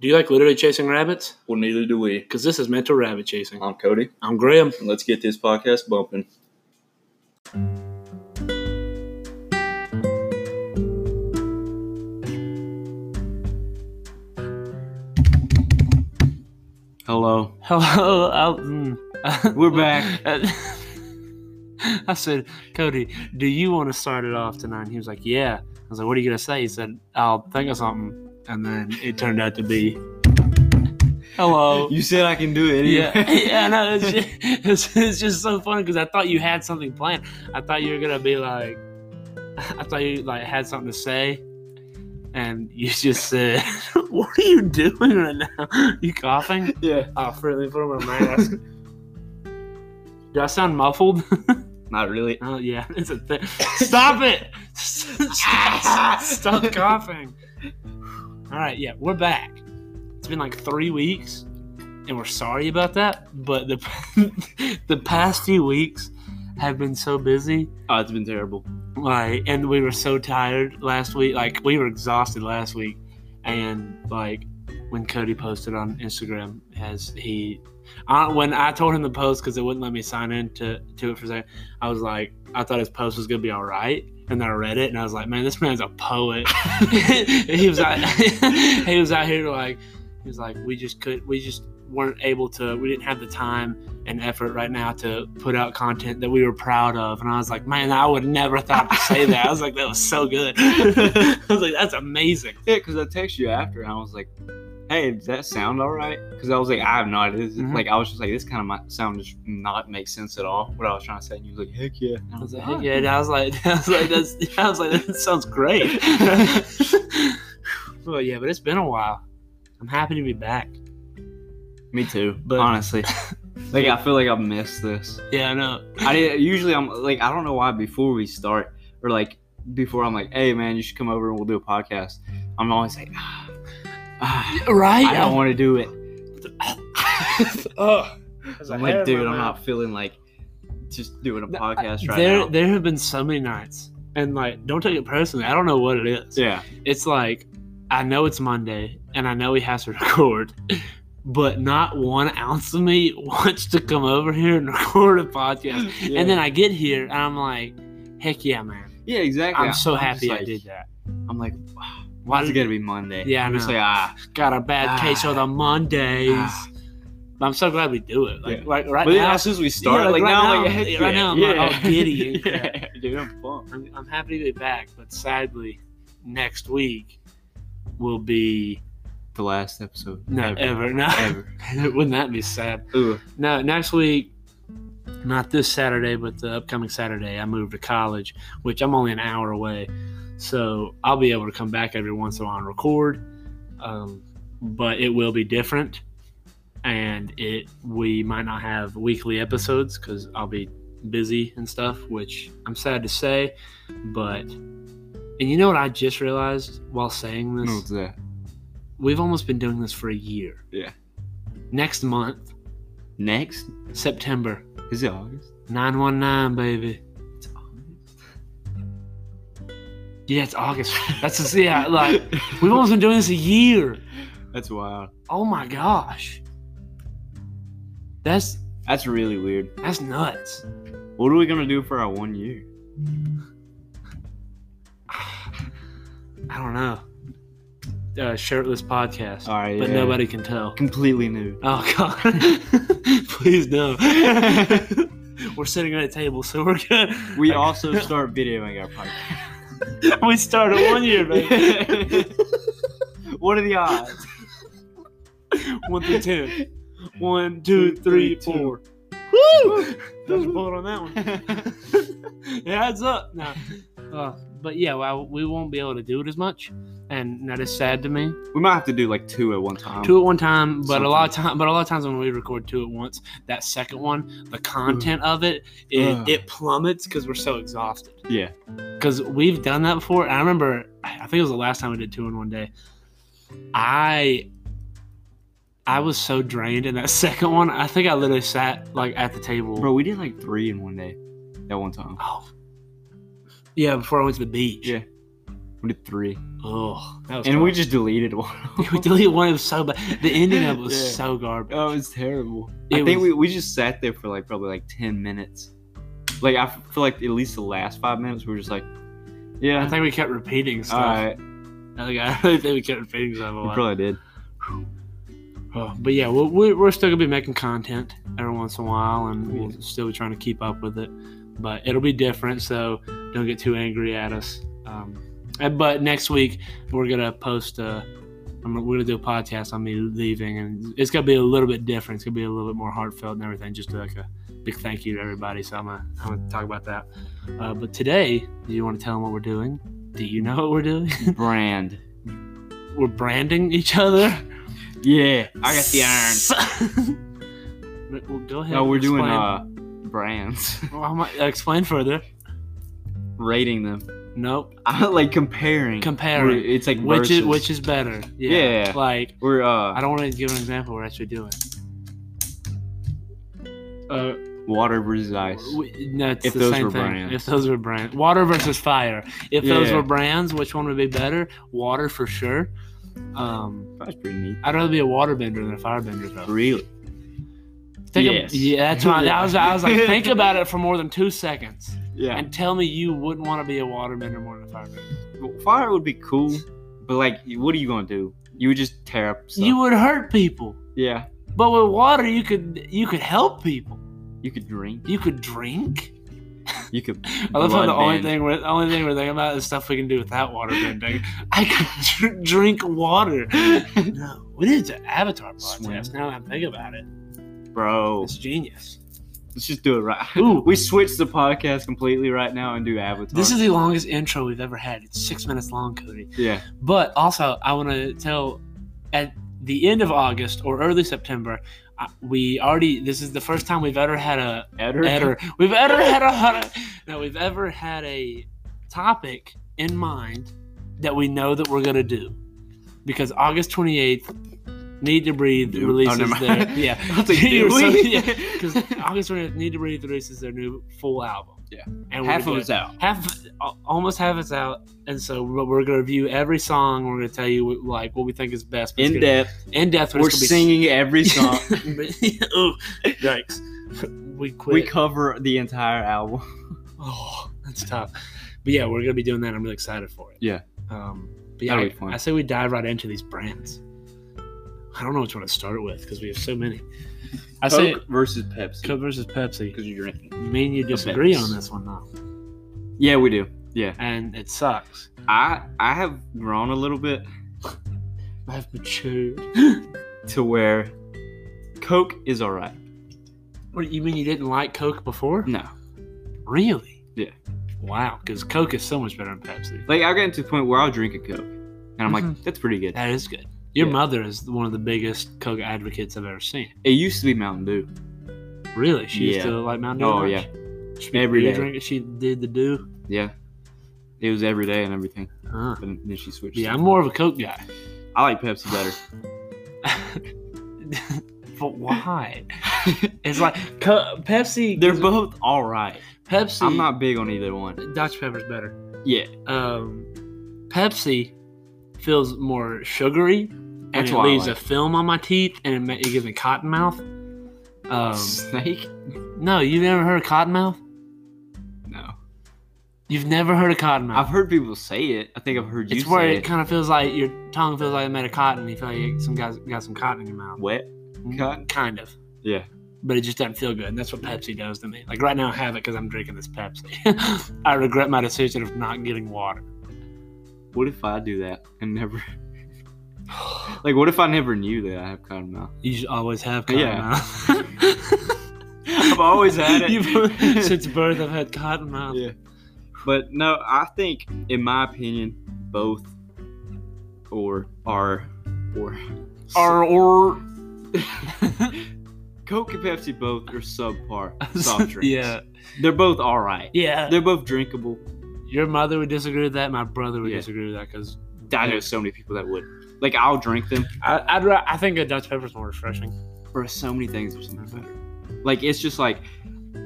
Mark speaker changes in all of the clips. Speaker 1: Do you like literally chasing rabbits?
Speaker 2: Well, neither do we.
Speaker 1: Because this is meant to rabbit chasing.
Speaker 2: I'm Cody,
Speaker 1: I'm Graham.
Speaker 2: and let's get this podcast bumping. Hello.
Speaker 1: Hello, I'll- mm.
Speaker 2: We're back.
Speaker 1: I said, Cody, do you want to start it off tonight? And he was like, Yeah. I was like, What are you gonna say? He said, I'll think of something. And then it turned out to be, Hello.
Speaker 2: You said I can do it.
Speaker 1: Yeah,
Speaker 2: anyway.
Speaker 1: yeah, no, it's just, it's, it's just so funny because I thought you had something planned. I thought you were gonna be like, I thought you like had something to say, and you just said, "What are you doing right now? You coughing?"
Speaker 2: yeah.
Speaker 1: Oh, freely from my mask. Do I sound muffled?
Speaker 2: Not really.
Speaker 1: oh yeah, it's a thing. Stop it! Stop coughing. All right, yeah, we're back. It's been like three weeks, and we're sorry about that. But the the past few weeks have been so busy.
Speaker 2: Oh, it's been terrible.
Speaker 1: Like, and we were so tired last week. Like, we were exhausted last week. And, like, when Cody posted on Instagram, as he, I, when I told him to post because it wouldn't let me sign in to, to it for a second, I was like, I thought his post was going to be all right. And then I read it and I was like, man, this man's a poet. he was out, he was out here like, he was like, we just could, we just weren't able to, we didn't have the time and effort right now to put out content that we were proud of. And I was like, man, I would never thought to say that. I was like, that was so good. I was like, that's amazing.
Speaker 2: Yeah, because I texted you after and I was like, hey, does that sound all right? Because I was like, I have no idea. This is-
Speaker 1: Mhm.
Speaker 2: Like, I was just like, this kind of might sound just not make sense at all, what I was trying to say. And you was like, heck yeah. And
Speaker 1: I was like, heck yeah. And I was like, I was like, that's, I was like, that sounds great. well, yeah, but it's been a while. I'm happy to be back.
Speaker 2: Me too,
Speaker 1: But-
Speaker 2: but honestly. like, I feel like I missed this.
Speaker 1: Yeah, I know.
Speaker 2: I did, usually I'm like, I don't know why before we start or like before I'm like, hey, man, you should come over and we'll do a podcast. I'm always like, ah, ah,
Speaker 1: Right?
Speaker 2: I don't want to do it.
Speaker 1: oh,
Speaker 2: I'm like, dude, I'm not feeling like just doing a
Speaker 1: No,
Speaker 2: podcast right
Speaker 1: There,
Speaker 2: now.
Speaker 1: there have been so many nights, and like, don't take it personally. I don't know what it is.
Speaker 2: yeah.
Speaker 1: it's like I know it's Monday and I know he has to record, but not one ounce of me wants to come over here and record a podcast.
Speaker 2: Yeah.
Speaker 1: And then I get here and I'm like, heck yeah, man.
Speaker 2: Yeah, exactly.
Speaker 1: I'm so happy
Speaker 2: just
Speaker 1: I
Speaker 2: like-
Speaker 1: did that.
Speaker 2: I'm like,
Speaker 1: Why
Speaker 2: it's
Speaker 1: did
Speaker 2: gonna be Monday.
Speaker 1: Yeah, I
Speaker 2: I'm just
Speaker 1: know.
Speaker 2: like, ah.
Speaker 1: got a bad case
Speaker 2: Ah.
Speaker 1: on the Mondays?
Speaker 2: Ah.
Speaker 1: But I'm so glad we do it. Like,
Speaker 2: Yeah.
Speaker 1: like right
Speaker 2: But then
Speaker 1: now,
Speaker 2: as soon as we start, like,
Speaker 1: like, right
Speaker 2: now, I'm
Speaker 1: now-
Speaker 2: like, heck yeah,
Speaker 1: right now I'm like,
Speaker 2: yeah.
Speaker 1: all giddy and
Speaker 2: yeah, dude, I'm pumped.
Speaker 1: I'm, I'm happy to be back. But sadly, next week will be
Speaker 2: The last episode.
Speaker 1: no ever, no.
Speaker 2: Ever.
Speaker 1: Wouldn't that be sad?
Speaker 2: Ooh.
Speaker 1: No, next week, not this Saturday, but the upcoming Saturday, I move to college, which I'm only an hour away. So I'll be able to come back every once in a while and record. Um, but it will be different. And it we might not have weekly episodes because I'll be busy and stuff, which I'm sad to say. But, and you know what I just realized while saying this?
Speaker 2: No, it's that.
Speaker 1: We've almost been doing this for a year.
Speaker 2: Mm. Yeah.
Speaker 1: Next month,
Speaker 2: Next?
Speaker 1: September,
Speaker 2: Is it August?
Speaker 1: 919, baby.
Speaker 2: It's August.
Speaker 1: Yeah, it's August. That's just, yeah, like, we've almost been doing this a year.
Speaker 2: That's wild.
Speaker 1: Oh my gosh. That's,
Speaker 2: That's really weird.
Speaker 1: that's nuts.
Speaker 2: What are we gonna do for our one year?
Speaker 1: I don't know. Uh, shirtless podcast.
Speaker 2: All right.
Speaker 1: But
Speaker 2: Oh, yeah.
Speaker 1: nobody can tell.
Speaker 2: Completely new.
Speaker 1: Oh, God. Please, no. We're sitting at a table, so we're good.
Speaker 2: We also start videoing our podcast.
Speaker 1: we started one year, baby.
Speaker 2: What are the odds?
Speaker 1: one through ten. One, two, three, four. Woo! Dodge a bullet on that one. it adds up. No. Uh, but yeah, well, we won't be able to do it as much, and that is sad to me.
Speaker 2: We might have to do like two at one time.
Speaker 1: two at one time, but a lot of time, but a lot of times when we record two at once, that second one, the content of it, it,
Speaker 2: Ugh.
Speaker 1: it plummets because we're so exhausted.
Speaker 2: Yeah.
Speaker 1: Because we've done that before. And I remember, I think it was the last time we did two in one day. I. I was so drained in that second one. I think I literally sat like at the table.
Speaker 2: Bro, we did like three in one day. That one time.
Speaker 1: Oh. Yeah, before I went to the beach.
Speaker 2: Yeah. We did three,
Speaker 1: Oh, that was
Speaker 2: and we
Speaker 1: tough.
Speaker 2: just deleted one.
Speaker 1: we deleted one. It was so bad. The ending of it was
Speaker 2: Yeah.
Speaker 1: so garbage.
Speaker 2: Oh, it's terrible.
Speaker 1: It
Speaker 2: I think
Speaker 1: was-
Speaker 2: we, we just sat there for like probably like ten minutes. Like I feel like at least the last five minutes we were just like,
Speaker 1: I
Speaker 2: yeah,
Speaker 1: think we kept repeating stuff.
Speaker 2: all right.
Speaker 1: I think I really think we kept repeating stuff a
Speaker 2: We
Speaker 1: lot.
Speaker 2: probably did.
Speaker 1: Oh, but yeah, we'll, we're, we're still gonna be making content every once in a while, and we'll still be trying to keep up with it. But it'll be different, so don't get too angry at us. Um, and- but next week we're gonna post. uh I'm, we're gonna do a podcast on me leaving, and it's gonna be a little bit different. It's gonna be a little bit more heartfelt and everything. Just like a big thank you to everybody. So I'm gonna, I'm gonna talk about that. Uh, but today, do you want to tell them what we're doing? Do you know what we're doing?
Speaker 2: Brand.
Speaker 1: we're branding each other.
Speaker 2: Yeah, I got the iron.
Speaker 1: But- well, go ahead.
Speaker 2: No, we're doing
Speaker 1: explain.
Speaker 2: uh brands,
Speaker 1: Well, I might- explain further.
Speaker 2: rating them,
Speaker 1: Nope.
Speaker 2: I like comparing. We're-
Speaker 1: Comparing.
Speaker 2: It's like
Speaker 1: Which is
Speaker 2: versus.
Speaker 1: which is better? Yeah.
Speaker 2: Yeah.
Speaker 1: Like
Speaker 2: we're
Speaker 1: I
Speaker 2: uh
Speaker 1: don't want to give an example. We're actually doing. Uh,
Speaker 2: water versus ice.
Speaker 1: we- no, it's
Speaker 2: If
Speaker 1: the
Speaker 2: those
Speaker 1: same
Speaker 2: were
Speaker 1: thing.
Speaker 2: brands.
Speaker 1: If those were brands, water versus fire. If those
Speaker 2: Yeah.
Speaker 1: were brands, which one would be better? Water for sure. Um,
Speaker 2: That's pretty neat.
Speaker 1: I'd rather be a waterbender than a firebender though.
Speaker 2: Really?
Speaker 1: Think ab-
Speaker 2: Yes.
Speaker 1: yeah, that's why I was, I was like, think about it for more than two seconds.
Speaker 2: Yeah.
Speaker 1: And tell me you wouldn't want to be a waterbender more than a firebender.
Speaker 2: Fire would be cool, but like, what are you gonna do? You would just tear up stuff.
Speaker 1: You would hurt people.
Speaker 2: yeah.
Speaker 1: But with water you could you could help people.
Speaker 2: You could drink.
Speaker 1: You could drink.
Speaker 2: You could.
Speaker 1: I love how
Speaker 2: blood
Speaker 1: the only
Speaker 2: bend.
Speaker 1: thing we're the only thing we're thinking about is stuff we can do without water bending. I could dr- drink water. No, we need to avatar podcast.
Speaker 2: Swim.
Speaker 1: Now that I think about it,
Speaker 2: Bro,
Speaker 1: it's genius.
Speaker 2: let's just do it right.
Speaker 1: Ooh.
Speaker 2: We switch the podcast completely right now and do Avatar.
Speaker 1: This is the longest intro we've ever had. It's six minutes long, Cody.
Speaker 2: yeah.
Speaker 1: But also, I want to tell at the end of August or early September, I- we already. This is the first time we've ever had a
Speaker 2: Editor.
Speaker 1: ever we've ever had a no we've ever had a topic in mind that we know that we're gonna do because August twenty eighth, Need to Breathe
Speaker 2: Dude, oh,
Speaker 1: releases
Speaker 2: never mind.
Speaker 1: their yeah.
Speaker 2: I was like,
Speaker 1: You
Speaker 2: did
Speaker 1: were so-
Speaker 2: we?
Speaker 1: yeah, Because August 28th, Need to Breathe releases their new full album.
Speaker 2: Yeah.
Speaker 1: And
Speaker 2: half of
Speaker 1: gonna-
Speaker 2: it's out.
Speaker 1: half al- almost half is out and so but we're gonna review every song we're gonna tell you what- like what we think is best but it's
Speaker 2: In
Speaker 1: gonna-
Speaker 2: depth.
Speaker 1: in depth but
Speaker 2: We're
Speaker 1: it's gonna
Speaker 2: singing every
Speaker 1: be
Speaker 2: song.
Speaker 1: Ooh, yikes we quit
Speaker 2: we cover the entire album.
Speaker 1: oh that's tough but yeah we're gonna be doing that i'm really excited for it
Speaker 2: Yeah.
Speaker 1: um but yeah
Speaker 2: That'll
Speaker 1: I,
Speaker 2: be fun.
Speaker 1: I say we dive right into these brands i don't know which one to start with because we have so many i say
Speaker 2: Coke versus Pepsi.
Speaker 1: coke versus pepsi
Speaker 2: Because you're drinking.
Speaker 1: me and you disagree
Speaker 2: Pepsi.
Speaker 1: on this one now
Speaker 2: Yeah, we do. Yeah.
Speaker 1: and it sucks
Speaker 2: I I have grown a little bit
Speaker 1: i've matured
Speaker 2: to where Coke is all right.
Speaker 1: What you mean you didn't like Coke before?
Speaker 2: No.
Speaker 1: Really?
Speaker 2: Yeah.
Speaker 1: Wow, because Coke is so much better than Pepsi.
Speaker 2: Like I've gotten to the point where I'll drink a Coke. And I'm like, that's pretty good.
Speaker 1: Mm-hmm. That is good. Your
Speaker 2: Yeah.
Speaker 1: mother is one of the biggest Coke advocates I've ever seen.
Speaker 2: It used to be Mountain Dew.
Speaker 1: Really? She used
Speaker 2: Yeah.
Speaker 1: to like Mountain Dew.
Speaker 2: Oh
Speaker 1: much?
Speaker 2: yeah.
Speaker 1: She
Speaker 2: Every
Speaker 1: do you
Speaker 2: day.
Speaker 1: drink it? She did the do.
Speaker 2: Yeah. It was every day and everything.
Speaker 1: Uh,
Speaker 2: But then she switched.
Speaker 1: yeah, I'm more of a Coke guy.
Speaker 2: I like Pepsi better.
Speaker 1: but why? it's like Co- Pepsi.
Speaker 2: They're both all right.
Speaker 1: Pepsi.
Speaker 2: I'm not big on either one.
Speaker 1: Dr Pepper's better.
Speaker 2: Yeah.
Speaker 1: Um, Pepsi feels more sugary, and
Speaker 2: That's
Speaker 1: it
Speaker 2: why I
Speaker 1: leaves
Speaker 2: like
Speaker 1: a film on my teeth, and it, ma- it gives me cotton mouth. Um,
Speaker 2: Snake?
Speaker 1: no, you've never heard of cottonmouth? uh,
Speaker 2: No.
Speaker 1: You've never heard of
Speaker 2: I've
Speaker 1: cottonmouth?
Speaker 2: heard people say it. I think I've heard you
Speaker 1: It's
Speaker 2: say
Speaker 1: where it
Speaker 2: it.
Speaker 1: kind of feels like your tongue feels like it made of cotton. You feel like you some guys got some cotton in your mouth. Mm-hmm.
Speaker 2: Wet cotton?
Speaker 1: Kind of.
Speaker 2: Yeah.
Speaker 1: But it just doesn't feel good. And that's what Pepsi does to me. Like right now, I have it because I'm drinking this Pepsi. I regret my decision of not getting water.
Speaker 2: What if I do that and never like what if I never knew that I have cotton mouth?
Speaker 1: You should always have
Speaker 2: Yeah.
Speaker 1: cottonmouth.
Speaker 2: I've always had it.
Speaker 1: You've- since birth, I've had cottonmouth.
Speaker 2: Yeah. But no, I think, in my opinion, both or are or
Speaker 1: Or, or
Speaker 2: Coke and Pepsi both are subpar soft drinks.
Speaker 1: yeah,
Speaker 2: they're both all right.
Speaker 1: yeah.
Speaker 2: They're both drinkable.
Speaker 1: Your mother would disagree with that. My brother would
Speaker 2: Yeah.
Speaker 1: disagree with that because
Speaker 2: I know so many people that would. Like I'll drink them.
Speaker 1: I'd ra- I think a Dutch pepper's more refreshing.
Speaker 2: Or so many things are so much better. Like it's just like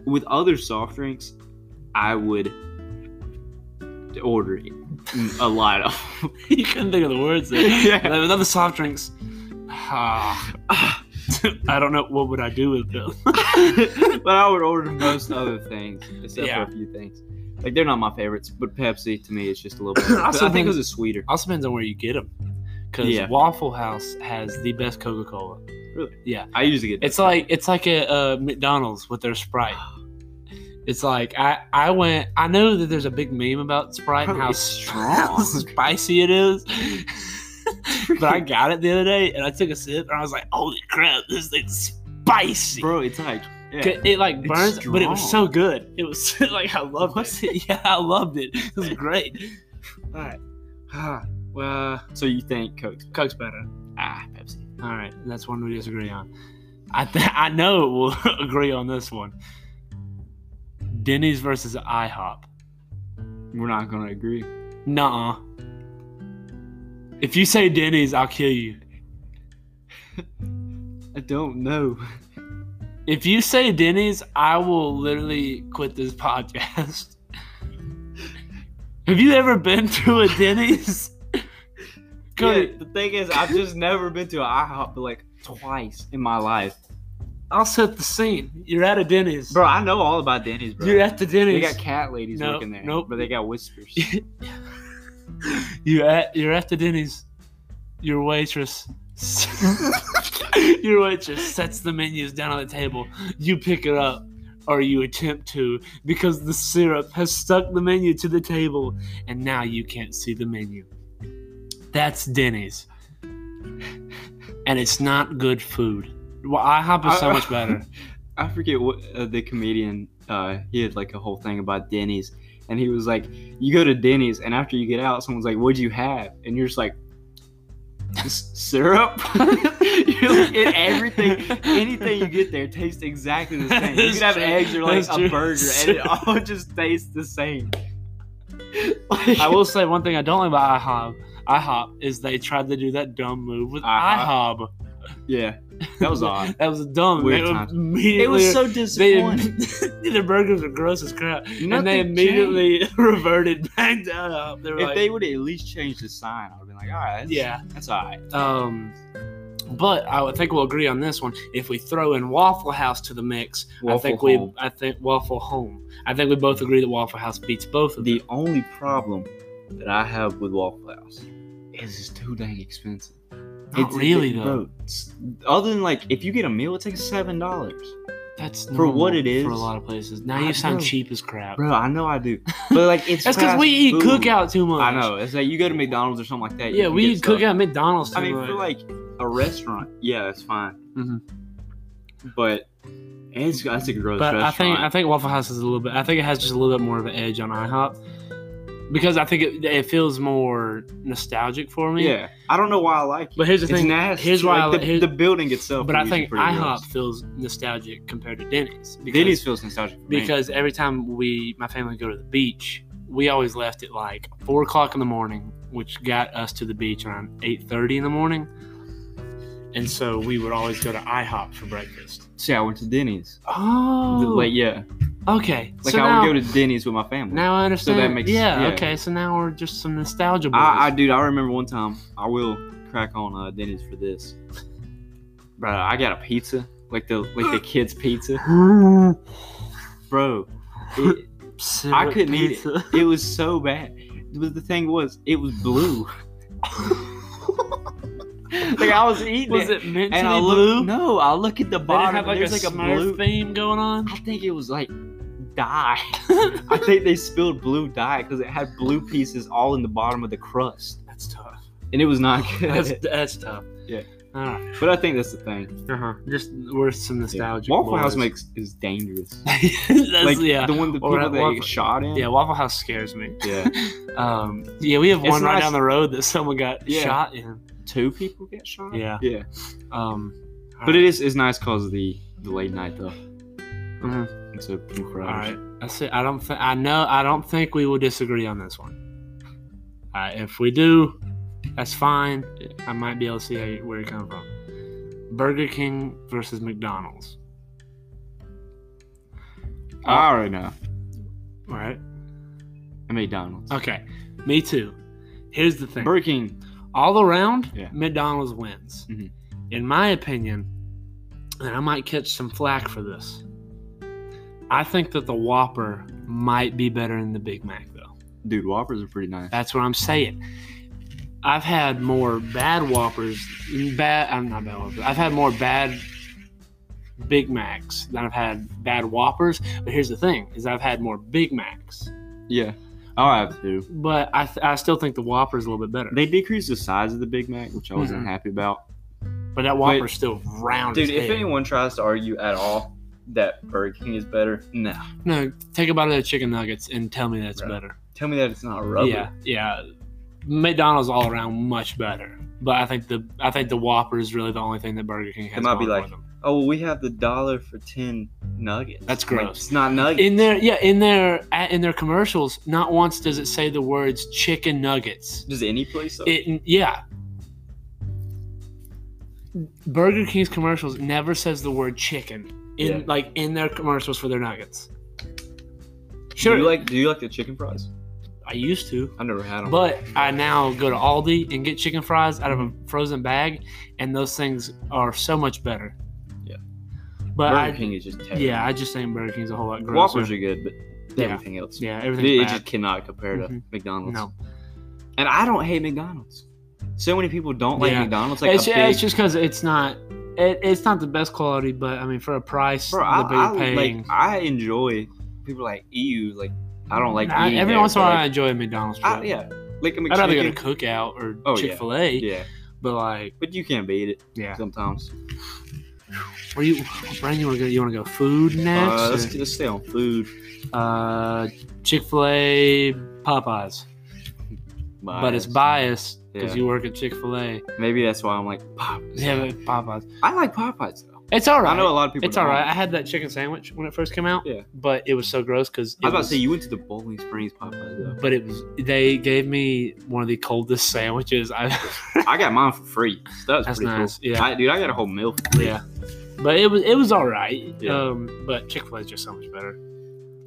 Speaker 2: with other soft drinks, I would order it. Mm, A lot of.
Speaker 1: you couldn't think of the words. There.
Speaker 2: yeah.
Speaker 1: Another another soft drinks. Ah. I don't know what would I do with them.
Speaker 2: but I would order most other things except
Speaker 1: Yeah.
Speaker 2: for a few things. Like they're not my favorites, but Pepsi to me is just a little bit. I
Speaker 1: Also
Speaker 2: think
Speaker 1: think-
Speaker 2: it was a sweeter.
Speaker 1: Also depends on where you get them, because
Speaker 2: Yeah.
Speaker 1: Waffle House has the best Coca Cola.
Speaker 2: I usually get.
Speaker 1: It's like it's like a, uh McDonald's with their Sprite. It's like I I went. I know that there's a big meme about Sprite and
Speaker 2: Bro,
Speaker 1: how
Speaker 2: it's
Speaker 1: strong,
Speaker 2: strong.
Speaker 1: spicy it is. but I got it the other day and I took a sip and I was like, holy crap, this thing's spicy.
Speaker 2: bro, it's like yeah.
Speaker 1: 'Cause It like
Speaker 2: It's
Speaker 1: burns, but it was
Speaker 2: strong.
Speaker 1: so good. It was like I loved
Speaker 2: Was
Speaker 1: it. Yeah, I loved it. It was great. All right. Ah, well,
Speaker 2: So you think Coke's
Speaker 1: Coke's better.
Speaker 2: ah Pepsi?
Speaker 1: All right, that's one we disagree on. I th- I know we'll agree on this one. Denny's versus IHOP.
Speaker 2: We're not gonna agree.
Speaker 1: Nuh-uh. If you say Denny's, I'll kill you.
Speaker 2: I don't know.
Speaker 1: If you say Denny's, I will literally quit this podcast. Have you ever been to a Denny's? Cody,
Speaker 2: Yeah, the thing is, I've just never been to an IHOP but like twice in my life,
Speaker 1: I'll set the scene. You're at a Denny's.
Speaker 2: bro. I know all about Denny's, bro.
Speaker 1: You're at the
Speaker 2: they
Speaker 1: Denny's.
Speaker 2: got cat ladies
Speaker 1: No,
Speaker 2: working there,
Speaker 1: nope.
Speaker 2: but they got whiskers.
Speaker 1: You at you're at the Denny's. Your waitress, your waitress sets the menus down on the table. You pick it up, or you attempt to, because the syrup has stuck the menu to the table, and now you can't see the menu. That's Denny's, and it's not good food. Well, IHOP is so much better.
Speaker 2: I forget what uh, the comedian. Uh, he had like a whole thing about Denny's, and he was like, "You go to Denny's, and after you get out, someone's like, what'd you have?' And you're just like, "S- syrup. you look at everything, anything you get there tastes exactly the same. You
Speaker 1: That's
Speaker 2: could have
Speaker 1: true.
Speaker 2: eggs or like
Speaker 1: That's
Speaker 2: a
Speaker 1: true.
Speaker 2: burger, and it all just tastes the same.
Speaker 1: I will say one thing I don't like about IHOP. IHOP is they tried to do that dumb move with IHOP.
Speaker 2: IHOP. Yeah, that was odd.
Speaker 1: That was dumb.
Speaker 2: Weird
Speaker 1: They
Speaker 2: times.
Speaker 1: immediately,
Speaker 2: It was so
Speaker 1: they,
Speaker 2: disappointing.
Speaker 1: their burgers are gross as crap, and they
Speaker 2: Nothing
Speaker 1: immediately reverted back down. Up. They were
Speaker 2: If
Speaker 1: like,
Speaker 2: they would at least change the sign, I would have been like, all right, that's,
Speaker 1: yeah.
Speaker 2: that's all right.
Speaker 1: Um, but I would think we'll agree on this one. If we throw in Waffle House to the mix, I think
Speaker 2: Waffle
Speaker 1: we,
Speaker 2: Home.
Speaker 1: I think Waffle Home. I think we both agree that Waffle House beats both of them.
Speaker 2: The only problem that I have with Waffle House is it's too dang expensive.
Speaker 1: Not really
Speaker 2: it-
Speaker 1: though.
Speaker 2: bro, it's- other than like, if you get a meal, it takes seven dollars,
Speaker 1: That's
Speaker 2: for what
Speaker 1: normal
Speaker 2: it
Speaker 1: for a
Speaker 2: is,
Speaker 1: lot of places. Now
Speaker 2: I
Speaker 1: you sound
Speaker 2: know.
Speaker 1: cheap as crap.
Speaker 2: bro. I know I do, but like, it's
Speaker 1: That's because
Speaker 2: fast
Speaker 1: we eat
Speaker 2: food.
Speaker 1: cookout too much.
Speaker 2: I know. It's like you go to McDonald's or something like that. you
Speaker 1: Yeah,
Speaker 2: can
Speaker 1: we
Speaker 2: get
Speaker 1: eat
Speaker 2: stuff.
Speaker 1: cookout at McDonald's too
Speaker 2: I mean,
Speaker 1: much.
Speaker 2: for like a restaurant, yeah, that's fine.
Speaker 1: Mhm.
Speaker 2: But it's that's a gross
Speaker 1: Mm-hmm. But I
Speaker 2: restaurant.
Speaker 1: think I think Waffle House is a little bit. I think it has just a little bit more of an edge on IHOP because I think it, it feels more nostalgic for me.
Speaker 2: yeah, I don't know why I like it.
Speaker 1: But here's the
Speaker 2: It's
Speaker 1: thing.
Speaker 2: nasty.
Speaker 1: here's why I
Speaker 2: Like,
Speaker 1: like-
Speaker 2: the,
Speaker 1: here's-
Speaker 2: the building itself.
Speaker 1: But
Speaker 2: is
Speaker 1: I
Speaker 2: usually
Speaker 1: think
Speaker 2: pretty
Speaker 1: IHOP
Speaker 2: gross.
Speaker 1: feels nostalgic compared to Denny's. Because,
Speaker 2: Denny's feels nostalgic. for me.
Speaker 1: because every time we my family go to the beach, we always left at like four o'clock in the morning, which got us to the beach around eight thirty in the morning. And so we would always go to IHOP for breakfast.
Speaker 2: See, I went to Denny's.
Speaker 1: Oh,
Speaker 2: Like, yeah.
Speaker 1: okay.
Speaker 2: Like,
Speaker 1: so
Speaker 2: I
Speaker 1: now,
Speaker 2: would go to Denny's with my family.
Speaker 1: Now I understand.
Speaker 2: that makes-
Speaker 1: yeah,
Speaker 2: yeah.
Speaker 1: Okay. So now we're just some nostalgia. Boys.
Speaker 2: I, I, dude, I remember one time, I will crack on uh, Denny's for this. Bro, I got a pizza, like the like the kids' pizza. Bro, it, I couldn't eat
Speaker 1: it.
Speaker 2: it was so bad. But the thing was, it was blue. like, I was eating
Speaker 1: Was
Speaker 2: it.
Speaker 1: it meant to
Speaker 2: And I
Speaker 1: be
Speaker 2: look,
Speaker 1: blue?
Speaker 2: no, I look at
Speaker 1: They
Speaker 2: the
Speaker 1: didn't
Speaker 2: bottom.
Speaker 1: have
Speaker 2: and
Speaker 1: like a
Speaker 2: there's like a
Speaker 1: Smurf
Speaker 2: blue.
Speaker 1: theme going on.
Speaker 2: I think it was like dye. I think they spilled blue dye because it had blue pieces all in the bottom of the crust,
Speaker 1: That's tough.
Speaker 2: and it was not
Speaker 1: That's
Speaker 2: good.
Speaker 1: that's tough.
Speaker 2: Yeah.
Speaker 1: All right.
Speaker 2: but I think that's the thing.
Speaker 1: Uh huh. Just worth some nostalgia.
Speaker 2: Waffle House makes is dangerous.
Speaker 1: like,
Speaker 2: Like
Speaker 1: yeah.
Speaker 2: the one the
Speaker 1: Or
Speaker 2: people
Speaker 1: at
Speaker 2: they
Speaker 1: Waffle-
Speaker 2: shot in.
Speaker 1: yeah, Waffle House scares me.
Speaker 2: yeah.
Speaker 1: Um, yeah, we have
Speaker 2: It's
Speaker 1: one right
Speaker 2: nice-
Speaker 1: down the road that someone got
Speaker 2: Yeah.
Speaker 1: shot in.
Speaker 2: Two people get shot.
Speaker 1: Yeah.
Speaker 2: Yeah.
Speaker 1: Um,
Speaker 2: But it is is nice cause of the the late night though.
Speaker 1: Mhm.
Speaker 2: It's a cool
Speaker 1: All right,
Speaker 2: crowd.
Speaker 1: that's it. I don't think I know. I don't think we will disagree on this one. Uh, if we do, that's fine. I might be able to see how you, where you're coming from. Burger King versus McDonald's.
Speaker 2: I already know.
Speaker 1: All right.
Speaker 2: At McDonald's.
Speaker 1: Okay. Me too. Here's the thing.
Speaker 2: Burger King.
Speaker 1: all around,
Speaker 2: Yeah.
Speaker 1: McDonald's wins.
Speaker 2: Mhm.
Speaker 1: In my opinion, and I might catch some flack for this, I think that the Whopper might be better than the Big Mac, though.
Speaker 2: Dude, Whoppers are pretty nice.
Speaker 1: That's what I'm saying. I've had more bad Whoppers, bad, I'm not bad Whoppers, I've had more bad Big Macs than I've had bad Whoppers. But here's the thing, is I've had more Big Macs.
Speaker 2: Yeah. I'll have two.
Speaker 1: But I, th- I still think the Whopper's a little bit better.
Speaker 2: They decreased the size of the Big Mac, which I wasn't
Speaker 1: Mhm.
Speaker 2: happy about.
Speaker 1: but that Whopper's still round
Speaker 3: Dude,
Speaker 1: as
Speaker 3: if
Speaker 1: hell.
Speaker 3: anyone tries to argue at all that Burger King is better,
Speaker 2: No.
Speaker 1: No, take a bite of the chicken nuggets and tell me that's
Speaker 3: Right.
Speaker 1: better.
Speaker 3: tell me that it's not rubber.
Speaker 1: Yeah, yeah. McDonald's all around much better, but I think the I think the Whopper is really the only thing that Burger King has.
Speaker 3: It might be
Speaker 1: going
Speaker 3: like-
Speaker 1: for them.
Speaker 3: Oh, well, we have the dollar for ten nuggets.
Speaker 1: That's
Speaker 3: I'm like,
Speaker 1: gross.
Speaker 3: it's not nuggets.
Speaker 1: in their yeah in their at- in their commercials. Not once does it say the words chicken nuggets.
Speaker 3: Does any place?
Speaker 1: It yeah. Burger King's commercials never says the word chicken in
Speaker 3: Yeah.
Speaker 1: like in their commercials for their nuggets.
Speaker 3: do
Speaker 1: Sure,
Speaker 3: you like? Do you like the chicken fries?
Speaker 1: I used to.
Speaker 3: I've never had them.
Speaker 1: But I now go to Aldi and get chicken fries out of a frozen bag, and those things are so much better.
Speaker 3: Yeah.
Speaker 1: But
Speaker 3: Burger
Speaker 1: I,
Speaker 3: King is just terrible.
Speaker 1: yeah, I just think Burger King's a whole lot grosser.
Speaker 3: Whoppers are good, but
Speaker 1: Yeah.
Speaker 3: everything else,
Speaker 1: yeah,
Speaker 3: it,
Speaker 1: everything's
Speaker 3: it
Speaker 1: bad.
Speaker 3: just cannot compare to
Speaker 1: Mhm.
Speaker 3: McDonald's.
Speaker 1: no.
Speaker 3: And I don't hate McDonald's. So many people don't like
Speaker 1: Yeah.
Speaker 3: McDonald's. Like
Speaker 1: it's,
Speaker 3: a
Speaker 1: it's
Speaker 3: big-
Speaker 1: just because it's not. It, it's not the best quality, but I mean, for a price
Speaker 3: Bro,
Speaker 1: that
Speaker 3: I,
Speaker 1: you're
Speaker 3: I,
Speaker 1: paying,
Speaker 3: like, I enjoy people like EU. Like I don't like
Speaker 1: I-
Speaker 3: eating
Speaker 1: every
Speaker 3: there,
Speaker 1: once in a
Speaker 3: but,
Speaker 1: while, I
Speaker 3: like,
Speaker 1: enjoy a McDonald's trip.
Speaker 3: I, yeah, like a
Speaker 1: I'd rather go to
Speaker 3: McChicken.
Speaker 1: Cookout or
Speaker 3: Oh, yeah.
Speaker 1: Chick Fil A,
Speaker 3: Yeah,
Speaker 1: but like,
Speaker 3: but you can't beat it
Speaker 1: yeah.
Speaker 3: sometimes.
Speaker 1: Where you, Brandon? You want to go? You want to go food next?
Speaker 3: Uh,
Speaker 1: or-
Speaker 3: let's, let's stay on food.
Speaker 1: uh, Chick Fil A, Popeyes, but it's biased because
Speaker 3: Yeah.
Speaker 1: you work at Chick Fil A.
Speaker 3: Maybe that's why I'm like Popeyes.
Speaker 1: Yeah, but Popeyes.
Speaker 3: I like Popeyes though.
Speaker 1: It's all right.
Speaker 3: I know a lot of people.
Speaker 1: it's all
Speaker 3: don't.
Speaker 1: right. I had that chicken sandwich when it first came out.
Speaker 3: Yeah.
Speaker 1: but it was so gross because
Speaker 3: I was about to say you went to the Bowling Springs Popeyes though.
Speaker 1: But it was they gave me one of the coldest sandwiches. I
Speaker 3: I got mine for free. So that was
Speaker 1: That's
Speaker 3: pretty
Speaker 1: nice,
Speaker 3: cool.
Speaker 1: yeah.
Speaker 3: I, dude, I got a whole meal for free.
Speaker 1: yeah, but it was it was all right.
Speaker 3: Yeah.
Speaker 1: Um, but Chick Fil A is just so much better.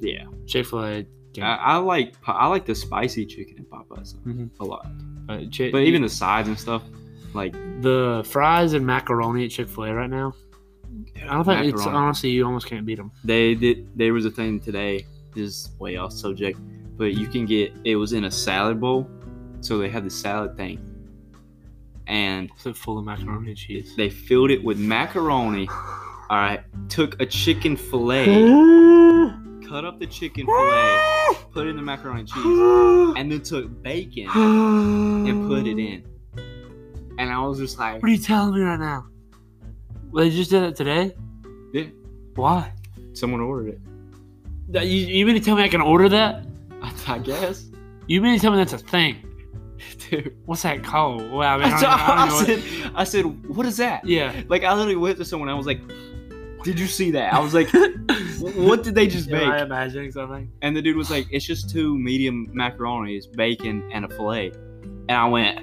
Speaker 3: Yeah.
Speaker 1: Chick Fil A,
Speaker 2: I, I like po- I like the spicy chicken at Popeyes though,
Speaker 1: Mhm.
Speaker 2: a lot.
Speaker 1: uh, Chick-
Speaker 2: But even the sides and stuff, like
Speaker 1: the fries and macaroni at Chick Fil A right now. I don't think it's
Speaker 2: Macaroni.
Speaker 1: honestly you almost can't beat them.
Speaker 2: they did there was a thing today this is way off subject but you can get it was in a salad bowl so they had the salad thing and
Speaker 1: Is it full of macaroni and cheese?
Speaker 2: they filled it with macaroni all right took a chicken fillet
Speaker 1: Chicken
Speaker 2: cut up the chicken fillet put it in the macaroni and cheese and then took bacon and put it in and i was just like
Speaker 1: What are you telling me right now? Well, they just did it today.
Speaker 2: Yeah.
Speaker 1: Why?
Speaker 2: someone ordered it
Speaker 1: That- You, you mean to tell me I can order that?
Speaker 2: i, I guess
Speaker 1: You mean to tell me that's a thing?
Speaker 2: dude
Speaker 1: What's that called? Well, I mean, I
Speaker 2: I,
Speaker 1: don't, I don't know what-
Speaker 2: said i said what is that
Speaker 1: yeah.
Speaker 2: Like I literally went to someone. I was like, "Did you see that?" I was like, "What did they just
Speaker 1: Am I
Speaker 2: make?"
Speaker 1: imagining something?
Speaker 2: And the dude was like, "It's just two medium macaronis, bacon, and a fillet." And I went,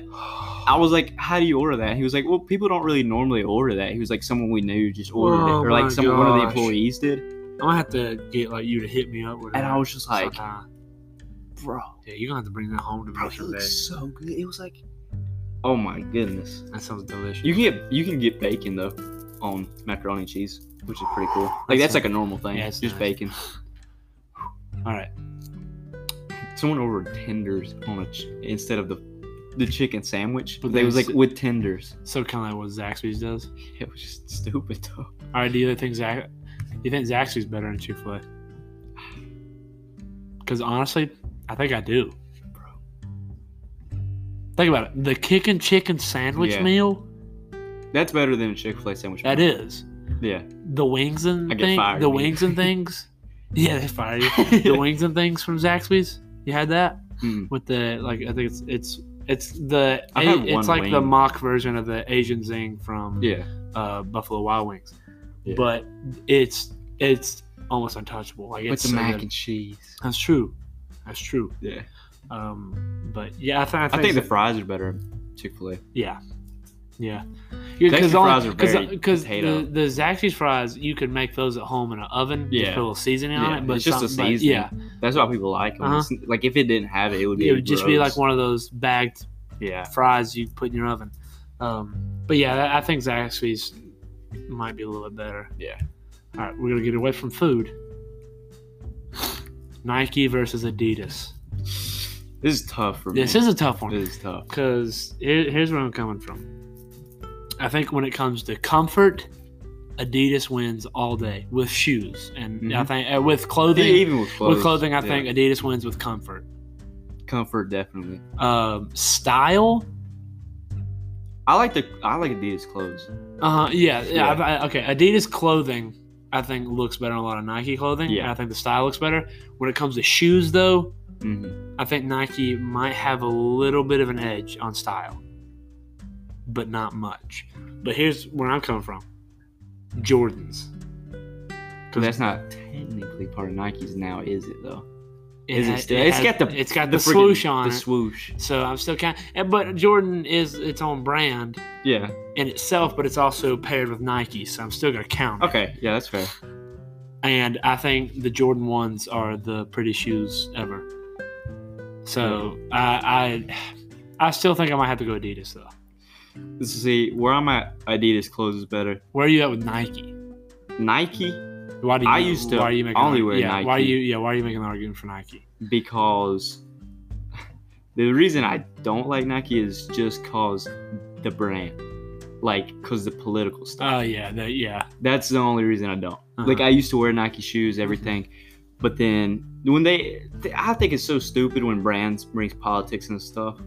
Speaker 2: I was like, "How do you order that?" He was like, "Well, people don't really normally order that." He was like, "Someone we knew just ordered
Speaker 1: Oh
Speaker 2: it, or
Speaker 1: my
Speaker 2: like someone one of the
Speaker 1: gosh.
Speaker 2: employees did."
Speaker 1: I'm gonna have to get like you to hit me up with
Speaker 2: And I was just like,
Speaker 1: bro. Yeah, you're gonna have to bring that home to
Speaker 2: "Bro,
Speaker 1: me
Speaker 2: it
Speaker 1: someday.
Speaker 2: looks so good." It was like, "Oh my goodness!"
Speaker 1: That sounds delicious.
Speaker 2: You can get you can get bacon though on macaroni and cheese, which is pretty cool. Like
Speaker 1: That's
Speaker 2: that's like a normal thing.
Speaker 1: Yeah, it's
Speaker 2: it's just
Speaker 1: nice.
Speaker 2: bacon.
Speaker 1: All right.
Speaker 2: someone ordered tenders on a ch- instead of the the chicken sandwich.
Speaker 1: But
Speaker 2: they was
Speaker 1: there's-
Speaker 2: like with tenders.
Speaker 1: So kind of like what Zaxby's does.
Speaker 2: It was just stupid though.
Speaker 1: All right, do you think Zach? You think Zaxby's better than Chick Fil A? Because honestly, I think I do. Think about it. The kickin' chicken sandwich
Speaker 2: Yeah.
Speaker 1: meal.
Speaker 2: That's better than a Chick Fil A sandwich.
Speaker 1: That is
Speaker 2: Yeah,
Speaker 1: the wings and
Speaker 2: I get
Speaker 1: thing.
Speaker 2: fired,
Speaker 1: the
Speaker 2: man.
Speaker 1: wings and things. Yeah, they fire you. the wings and things from Zaxby's. You had that
Speaker 2: Mm.
Speaker 1: with the like. I think it's it's it's the
Speaker 2: I've had one
Speaker 1: it's like the
Speaker 2: wing.
Speaker 1: mock version of the Asian zing from
Speaker 2: yeah.
Speaker 1: uh, Buffalo Wild Wings,
Speaker 2: Yeah.
Speaker 1: but it's it's almost untouchable. Like
Speaker 2: With
Speaker 1: it's
Speaker 2: the
Speaker 1: so
Speaker 2: mac
Speaker 1: good.
Speaker 2: and cheese.
Speaker 1: That's true. That's true.
Speaker 2: Yeah,
Speaker 1: Um, but yeah, I, th- I
Speaker 2: I
Speaker 1: think,
Speaker 2: think the
Speaker 1: that-
Speaker 2: fries are better. Chick Fil A.
Speaker 1: yeah, Yeah,
Speaker 2: Zaxby's
Speaker 1: because
Speaker 2: fries are very
Speaker 1: because
Speaker 2: potato.
Speaker 1: the, the Zaxby's fries you could make those at home in an oven.
Speaker 2: Yeah.
Speaker 1: just put a little seasoning on
Speaker 2: Yeah,
Speaker 1: it, but
Speaker 2: it's just a
Speaker 1: something- but
Speaker 2: seasoning.
Speaker 1: yeah,
Speaker 2: That's why people like them.
Speaker 1: Uh-huh.
Speaker 2: It's- Like if it didn't have it, it would be.
Speaker 1: it would just be
Speaker 2: gross.
Speaker 1: like one of those bagged
Speaker 2: Yeah,
Speaker 1: fries you put in your oven. Um, but yeah, I- I think Zaxby's might be a little bit better.
Speaker 2: Yeah.
Speaker 1: All right, we're gonna get away from food. Nike versus Adidas.
Speaker 2: this is tough for me.
Speaker 1: This is a tough one.
Speaker 2: This is tough.
Speaker 1: Because here, here's where I'm coming from. I think when it comes to comfort, Adidas wins all day with shoes, and I
Speaker 2: Mhm.
Speaker 1: think uh, with clothing,
Speaker 2: Even with clothes,
Speaker 1: with clothing, I
Speaker 2: yeah.
Speaker 1: think Adidas wins with comfort.
Speaker 2: comfort definitely.
Speaker 1: Um, style,
Speaker 2: I like the I like Adidas clothes.
Speaker 1: uh, yeah, yeah.
Speaker 2: Yeah.
Speaker 1: I, I- okay, Adidas clothing, I think looks better than a lot of Nike clothing.
Speaker 2: Yeah.
Speaker 1: and I think the style looks better. When it comes to shoes, though,
Speaker 2: Mhm.
Speaker 1: I think Nike might have a little bit of an edge on style, but not much. But here's where I'm coming from Jordans.
Speaker 2: But that's not technically part of Nike's now, is it though?
Speaker 1: It
Speaker 2: Is it
Speaker 1: ha-
Speaker 2: still?
Speaker 1: it
Speaker 2: it's
Speaker 1: has-
Speaker 2: got the
Speaker 1: it's got the,
Speaker 2: friggin-
Speaker 1: swoosh on
Speaker 2: the
Speaker 1: it.
Speaker 2: swoosh.
Speaker 1: So I'm still kind of, but Jordan is its own brand
Speaker 2: Yeah.
Speaker 1: in itself, but it's also paired with Nike, so I'm still gonna count. it.
Speaker 2: Okay. Yeah, that's fair.
Speaker 1: And I think the Jordan ones are the prettiest shoes ever. So I, I, I still think I might have to go Adidas though.
Speaker 2: See, where I'm at, Adidas clothes is better.
Speaker 1: Where are you at with Nike?
Speaker 2: Nike
Speaker 1: Why do you,
Speaker 2: I used to
Speaker 1: why are you making
Speaker 2: only
Speaker 1: an-
Speaker 2: wear
Speaker 1: yeah, Why are
Speaker 2: Nike.
Speaker 1: you yeah, why are you making an argument for Nike?
Speaker 2: because the reason I don't like Nike is just cause the brand, like cause the political stuff.
Speaker 1: Oh yeah, that yeah.
Speaker 2: That's the only reason I don't.
Speaker 1: Uh. Uh-huh.
Speaker 2: Like I used to wear Nike shoes, everything, but then when they, th- I think it's so stupid when brands brings politics and stuff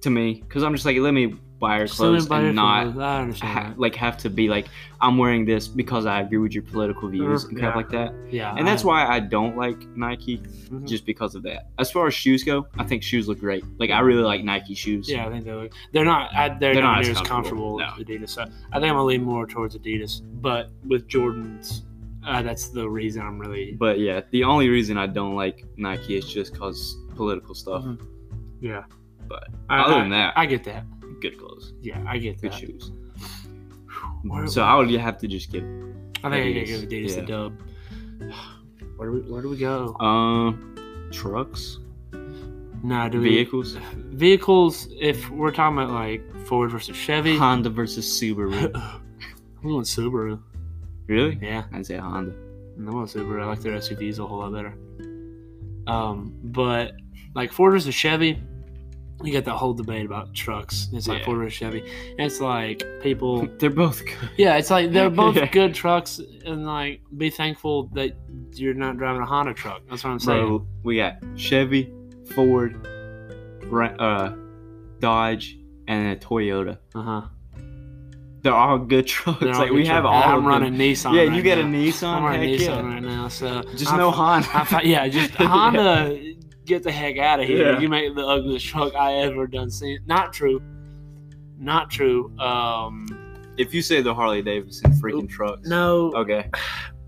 Speaker 2: to me, because I'm just like, let me buy your
Speaker 1: Just let me
Speaker 2: clothes
Speaker 1: buy your
Speaker 2: and not
Speaker 1: clothes. I
Speaker 2: ha-
Speaker 1: understand
Speaker 2: like have to be like, I'm wearing this because I agree with your political views and crap
Speaker 1: Uh-huh. yeah. Uh-huh. Mm-hmm.
Speaker 2: like that.
Speaker 1: that. Yeah.
Speaker 2: And that's why I don't like Nike, just because of that. As far as shoes go, I think shoes look great. Like I really like Nike shoes.
Speaker 1: Yeah, I think they look. They're not. I, they're,
Speaker 2: They're
Speaker 1: not,
Speaker 2: not
Speaker 1: near
Speaker 2: as
Speaker 1: as comfortable,
Speaker 2: comfortable,
Speaker 1: as Adidas. So I think I'm gonna lean more towards Adidas, but with Jordans, uh, that's the reason I'm really.
Speaker 2: But yeah, the only reason I don't like Nike is just cause political stuff.
Speaker 1: Mhm. Yeah.
Speaker 2: But
Speaker 1: I,
Speaker 2: Other
Speaker 1: I-
Speaker 2: than that,
Speaker 1: I get that.
Speaker 2: good clothes,
Speaker 1: Yeah, I get
Speaker 2: good
Speaker 1: that.
Speaker 2: shoes.
Speaker 1: Where-
Speaker 2: So I would have to just give.
Speaker 1: I think I
Speaker 2: Adidas,
Speaker 1: could give Adidas
Speaker 2: yeah.
Speaker 1: the dub. Where do we Where do we go?
Speaker 2: Um, trucks,
Speaker 1: Nah, do we
Speaker 2: vehicles,
Speaker 1: vehicles? If we're talking about like Ford versus Chevy,
Speaker 2: Honda versus Subaru.
Speaker 1: I'm going Subaru.
Speaker 2: really?
Speaker 1: Yeah,
Speaker 2: I'd say Honda.
Speaker 1: I'm going Subaru. I like their SUVs a whole lot better. Um, but like Ford versus Chevy, you get that whole debate about trucks. It's like
Speaker 2: Yeah.
Speaker 1: Ford versus Chevy. And it's like people.
Speaker 2: They're both good.
Speaker 1: Yeah, it's like they're both
Speaker 2: Yeah.
Speaker 1: good trucks, and like be thankful that you're not driving a Honda truck. That's what I'm saying.
Speaker 2: So we got Chevy, Ford, Ra- uh, Dodge, and a Toyota.
Speaker 1: Uh huh.
Speaker 2: They're all good trucks. like we have all.
Speaker 1: I'm
Speaker 2: of
Speaker 1: running
Speaker 2: Them.
Speaker 1: Nissan.
Speaker 2: Yeah,
Speaker 1: right
Speaker 2: you get
Speaker 1: now.
Speaker 2: a Nissan.
Speaker 1: I'm running
Speaker 2: heck
Speaker 1: Nissan
Speaker 2: yeah.
Speaker 1: right now. So
Speaker 2: Just
Speaker 1: I'm-
Speaker 2: no Honda.
Speaker 1: I fi- yeah, just Honda, get the heck out of here.
Speaker 2: Yeah.
Speaker 1: You make the ugliest truck I ever done seen. Not true. Not true. Um,
Speaker 2: If you say the Harley Davidson freaking trucks.
Speaker 1: no,
Speaker 2: Okay.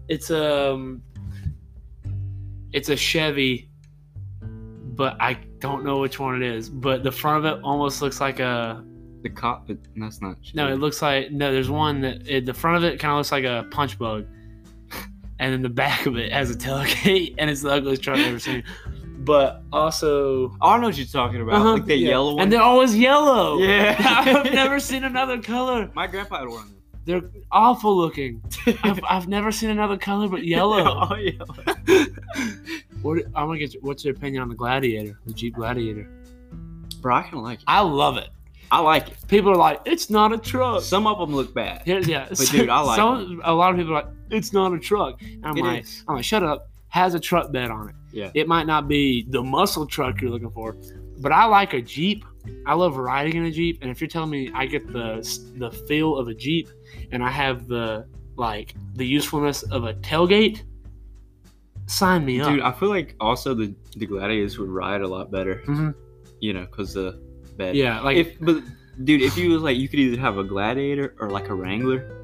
Speaker 1: it's um, it's a Chevy, but I don't know which one it is. But the front of it almost looks like a
Speaker 2: The cop. That's not.
Speaker 1: no. It looks like no. There's one that it, the front of it kind of looks like a punch bug, and then the back of it has a tailgate, and it's the ugliest truck I've ever seen. But also,
Speaker 2: Oh, I know what you're talking about.
Speaker 1: Uh-huh,
Speaker 2: Like the
Speaker 1: yeah.
Speaker 2: yellow one.
Speaker 1: And they're always yellow.
Speaker 2: Yeah.
Speaker 1: I've never seen another color.
Speaker 2: My grandpa had one.
Speaker 1: They're awful looking. I've, I've never seen another color but yellow.
Speaker 2: oh, yellow.
Speaker 1: What, I'm gonna get. What's your opinion on the Gladiator, the Jeep Gladiator?
Speaker 2: Bro, I kind of like it.
Speaker 1: I love it.
Speaker 2: I like it.
Speaker 1: People are like, it's not a truck.
Speaker 2: Some of them look bad.
Speaker 1: Here's yeah.
Speaker 2: But dude, I like
Speaker 1: a lot of people are like, it's not a truck. And I'm
Speaker 2: It
Speaker 1: like,
Speaker 2: is.
Speaker 1: I'm like, shut up. Has a truck bed on it.
Speaker 2: Yeah.
Speaker 1: It might not be the muscle truck you're looking for, but I like a Jeep. I love riding in a Jeep, and if you're telling me I get the the feel of a Jeep, and I have the like the usefulness of a tailgate, sign me
Speaker 2: Dude,
Speaker 1: up.
Speaker 2: I feel like also the the gladiators would ride a lot better.
Speaker 1: Mhm.
Speaker 2: You know, cause the bed.
Speaker 1: yeah, like
Speaker 2: if but dude, if you was like, you could either have a gladiator or like a wrangler.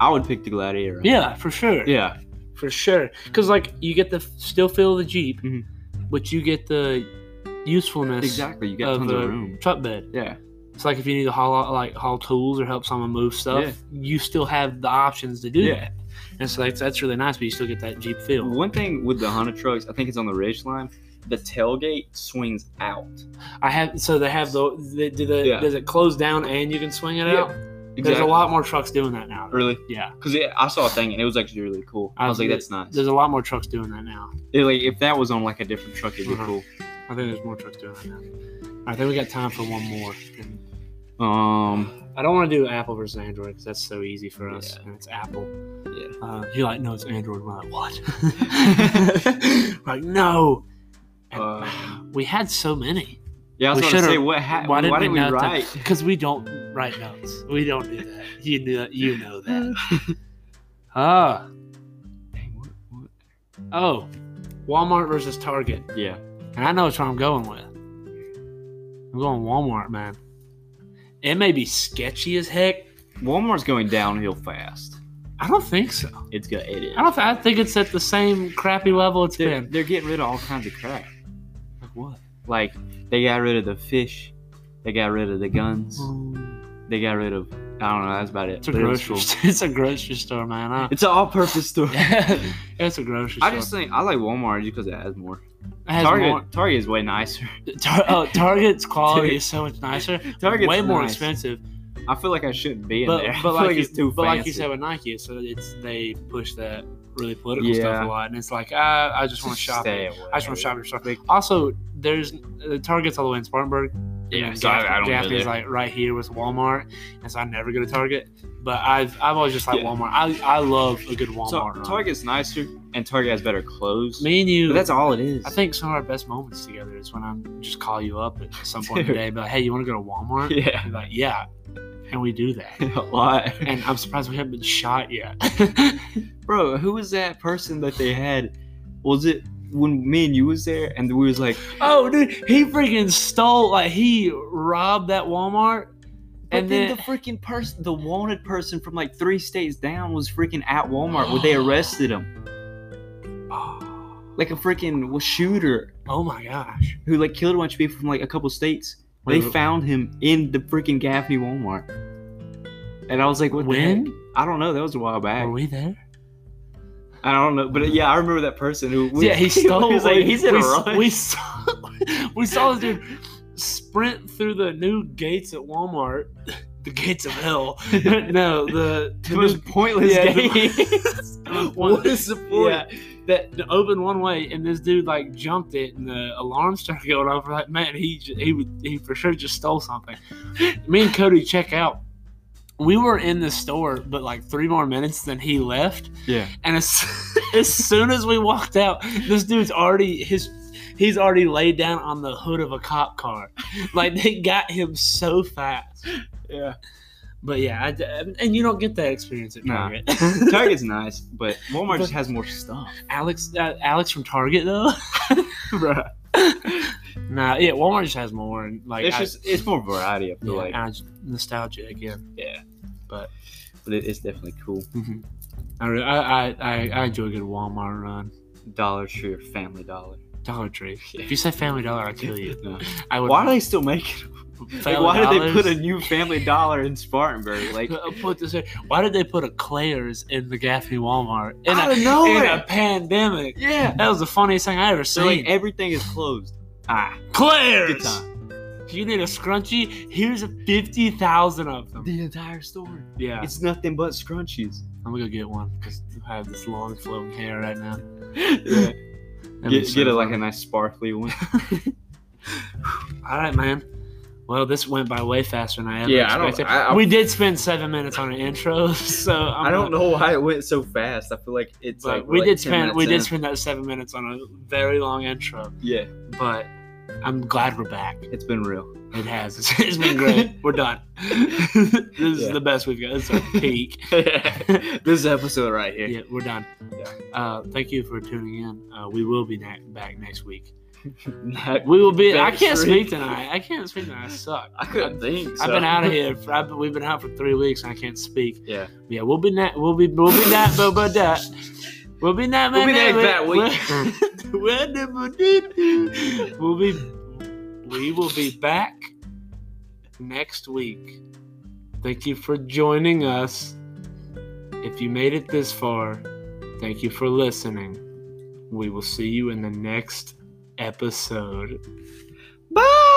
Speaker 2: I would pick the gladiator.
Speaker 1: yeah, for sure,
Speaker 2: Yeah.
Speaker 1: for sure. Because like you get the f- still feel of the Jeep,
Speaker 2: Mhm.
Speaker 1: but you get the usefulnly usefulness
Speaker 2: Exactly. You got
Speaker 1: of
Speaker 2: tons
Speaker 1: the
Speaker 2: of room.
Speaker 1: truck bed.
Speaker 2: Yeah.
Speaker 1: It's like if you need to haul out- like haul tools or help someone move stuff,
Speaker 2: Yeah.
Speaker 1: you still have the options to do
Speaker 2: Yeah. Mm-hmm.
Speaker 1: that. And so that's that's really nice, but you still get that Jeep feel.
Speaker 2: One thing with the Honda trucks, I think it's on the Ridge line. The tailgate swings out.
Speaker 1: I have so they have the, the, do the
Speaker 2: Yeah.
Speaker 1: does it close down and you can swing it
Speaker 2: Yeah,
Speaker 1: out. There's a lot more trucks doing that now.
Speaker 2: Really?
Speaker 1: Yeah,
Speaker 2: Because I saw a thing and it was actually really cool. I was like,
Speaker 1: Absolutely.
Speaker 2: that's nice.
Speaker 1: there's a lot more trucks doing that now.
Speaker 2: It, like if that was on like a different truck, it'd be
Speaker 1: Mhm.
Speaker 2: cool.
Speaker 1: I think there's more trucks doing that now. All right, then we got time for one more. And
Speaker 2: Um,
Speaker 1: I don't want to do Apple versus Android because that's so easy for us, and it's Apple.
Speaker 2: Yeah.
Speaker 1: Uh, you're like, no, it's Android. We're like, what? We're like, no. And
Speaker 2: Um,
Speaker 1: we had so many
Speaker 2: yeah, I was
Speaker 1: We
Speaker 2: going to
Speaker 1: should've-
Speaker 2: say what happened.
Speaker 1: why
Speaker 2: Why,
Speaker 1: didn't we
Speaker 2: didn't we,
Speaker 1: not-
Speaker 2: write?
Speaker 1: because we don't write notes. We don't do that. You know, you know
Speaker 2: Mm.
Speaker 1: that. Ah.
Speaker 2: Dang, what-
Speaker 1: Mm.
Speaker 2: what-
Speaker 1: oh, Walmart versus Target,
Speaker 2: Yeah,
Speaker 1: and I know which one I'm going with. I'm going Walmart, man. It may be sketchy as heck.
Speaker 2: Walmart's going downhill fast.
Speaker 1: I don't think so.
Speaker 2: It's got it is.
Speaker 1: I don't. Th- I think it's at the same crappy level it's
Speaker 2: They're,
Speaker 1: been.
Speaker 2: they're getting rid of all kinds of crap.
Speaker 1: Like what?
Speaker 2: Like they got rid of the fish, they got rid of the guns,
Speaker 1: It's
Speaker 2: they got rid of I don't know. That's about it.
Speaker 1: Mm. a
Speaker 2: But it was
Speaker 1: grocery.
Speaker 2: cool.
Speaker 1: Store. It's a grocery store, man. I,
Speaker 2: It's an all-purpose store.
Speaker 1: it's a grocery store.
Speaker 2: I just think I like Walmart just because it has more.
Speaker 1: It has
Speaker 2: Target
Speaker 1: more-
Speaker 2: Target is way nicer.
Speaker 1: Tar- oh, Target's quality
Speaker 2: Dude.
Speaker 1: is so much nicer.
Speaker 2: Target's
Speaker 1: way more
Speaker 2: nice.
Speaker 1: expensive.
Speaker 2: I feel like I shouldn't be in
Speaker 1: But,
Speaker 2: there. I
Speaker 1: but
Speaker 2: feel
Speaker 1: like, you,
Speaker 2: it's too
Speaker 1: but
Speaker 2: fancy.
Speaker 1: like you said with Nike, so it's they push that really political
Speaker 2: Yeah.
Speaker 1: stuff a lot, and it's like ah, I just want to shop.
Speaker 2: Stay
Speaker 1: it.
Speaker 2: away.
Speaker 1: I just want to shop your store.
Speaker 2: Big-
Speaker 1: Also, there's uh, Target's all the way in Spartanburg.
Speaker 2: Yeah,
Speaker 1: And
Speaker 2: so I, I don't
Speaker 1: Gaffney's
Speaker 2: go there.
Speaker 1: like right here with Walmart, and so I never go to Target. But I've I've always just like
Speaker 2: Yeah.
Speaker 1: Walmart. I, I love a good Walmart.
Speaker 2: So,
Speaker 1: run.
Speaker 2: Target's nicer, and Target has better clothes.
Speaker 1: Me and you.
Speaker 2: but that's all it is.
Speaker 1: I think some of our best moments together is when I just call you up at some point in the
Speaker 2: Dude.
Speaker 1: day, and be like, "Hey, you want to go to Walmart?"
Speaker 2: yeah,
Speaker 1: And you're like, "Yeah," and we do that.
Speaker 2: a lot,
Speaker 1: And I'm surprised we haven't been shot yet.
Speaker 2: bro. Who was that person that they had? Was it when me and you was there, and we was like,
Speaker 1: oh, dude, he freaking stole like he robbed that Walmart,
Speaker 2: and
Speaker 1: and
Speaker 2: then,
Speaker 1: then
Speaker 2: the freaking person, the wanted person from like three states down, was freaking at Walmart where they arrested him, like a freaking shooter
Speaker 1: oh my gosh,
Speaker 2: who like killed a bunch of people from like a couple states. They
Speaker 1: Wait,
Speaker 2: found him in the freaking Gaffney Walmart. And I was like, what the
Speaker 1: When?
Speaker 2: heck? I don't know. That was a while back.
Speaker 1: were we there?
Speaker 2: I don't know. But yeah, I remember that person who.
Speaker 1: yeah, he stole.
Speaker 2: was like,
Speaker 1: we-
Speaker 2: he's in
Speaker 1: we,
Speaker 2: a rush.
Speaker 1: we saw we saw this dude sprint through the new gates at Walmart, the gates of hell. no, the,
Speaker 2: It
Speaker 1: the
Speaker 2: was
Speaker 1: new
Speaker 2: pointless
Speaker 1: Yeah, the-
Speaker 2: game.
Speaker 1: What
Speaker 2: is the
Speaker 1: Yeah, that the open one way, and this dude like jumped it, and the alarm started going off. We're Like, man, he j- he would he for sure just stole something. Me and Cody check out. We were in the store, but like three more minutes than he left.
Speaker 2: Yeah.
Speaker 1: And as as soon as we walked out, this dude's already his. He's already laid down on the hood of a cop car. Like they got him so fast.
Speaker 2: Yeah.
Speaker 1: But yeah, I d and you don't get that experience at
Speaker 2: Nah.
Speaker 1: Target.
Speaker 2: Target's nice, but Walmart just has more stuff.
Speaker 1: Alex, uh, Alex from Target though.
Speaker 2: Bruh.
Speaker 1: Nah, yeah, Walmart just has more and like
Speaker 2: It's
Speaker 1: I-
Speaker 2: just, it's more variety, I
Speaker 1: yeah,
Speaker 2: feel like.
Speaker 1: and I just- nostalgia again.
Speaker 2: But it, it's definitely cool.
Speaker 1: I, re- I, I- I I enjoy a good Walmart run.
Speaker 2: Dollar Tree or Family Dollar.
Speaker 1: Dollar Tree. If you say Family Dollar, I kill you.
Speaker 2: No.
Speaker 1: I would.
Speaker 2: Why do they still make it? Like,
Speaker 1: Family
Speaker 2: why did they
Speaker 1: Dollars-
Speaker 2: put a new Family Dollar in Spartanburg? Like,
Speaker 1: Uh, put this? here. Why did they put a Claire's in the Gaffney Walmart in
Speaker 2: Out
Speaker 1: a,
Speaker 2: of nowhere.
Speaker 1: in a pandemic?
Speaker 2: yeah.
Speaker 1: That was the funniest thing I ever
Speaker 2: So like
Speaker 1: seen.
Speaker 2: everything is closed. Ah, good
Speaker 1: Claire's.
Speaker 2: time.
Speaker 1: If you need a scrunchie, here's fifty thousand of them.
Speaker 2: The entire store.
Speaker 1: Yeah,
Speaker 2: It's nothing but scrunchies.
Speaker 1: I'm gonna go get one because I have this long flowing hair right now.
Speaker 2: Yeah.
Speaker 1: That'd be
Speaker 2: Get,
Speaker 1: so
Speaker 2: get a, like
Speaker 1: funny.
Speaker 2: a nice sparkly one.
Speaker 1: All right, man. Well, this went by way faster than I ever
Speaker 2: Yeah, I don't-
Speaker 1: expected.
Speaker 2: I- I-
Speaker 1: we did spend seven minutes on an intro, so I'm
Speaker 2: I don't
Speaker 1: not-
Speaker 2: know why it went so fast. I feel like it's
Speaker 1: But
Speaker 2: like
Speaker 1: we
Speaker 2: like
Speaker 1: did
Speaker 2: 10
Speaker 1: spend we
Speaker 2: minutes
Speaker 1: did
Speaker 2: in.
Speaker 1: spend that seven minutes on a very long intro,
Speaker 2: Yeah,
Speaker 1: but I'm glad we're back.
Speaker 2: it's been real.
Speaker 1: It has it's, it's been great. We're done. this is
Speaker 2: Yeah.
Speaker 1: the best we've got. It's our peak.
Speaker 2: this episode right here.
Speaker 1: yeah, we're done. Uh, thank you for tuning in. Uh, we will be na- back next week.
Speaker 2: Not-
Speaker 1: We will be. I
Speaker 2: Back
Speaker 1: can't
Speaker 2: three.
Speaker 1: speak tonight. I can't speak tonight. I suck.
Speaker 2: I couldn't think.
Speaker 1: I've
Speaker 2: so.
Speaker 1: been out of here. For, I've been, we've been out for three weeks, and I can't speak.
Speaker 2: Yeah.
Speaker 1: Yeah, we'll be na- we'll be we'll be that but but that. We'll be that
Speaker 2: We'll be
Speaker 1: man, man.
Speaker 2: that
Speaker 1: We'll, we'll be we will be back next week. Thank you for joining us. If you made it this far, thank you for listening. We will see you in the next episode.
Speaker 2: Bye.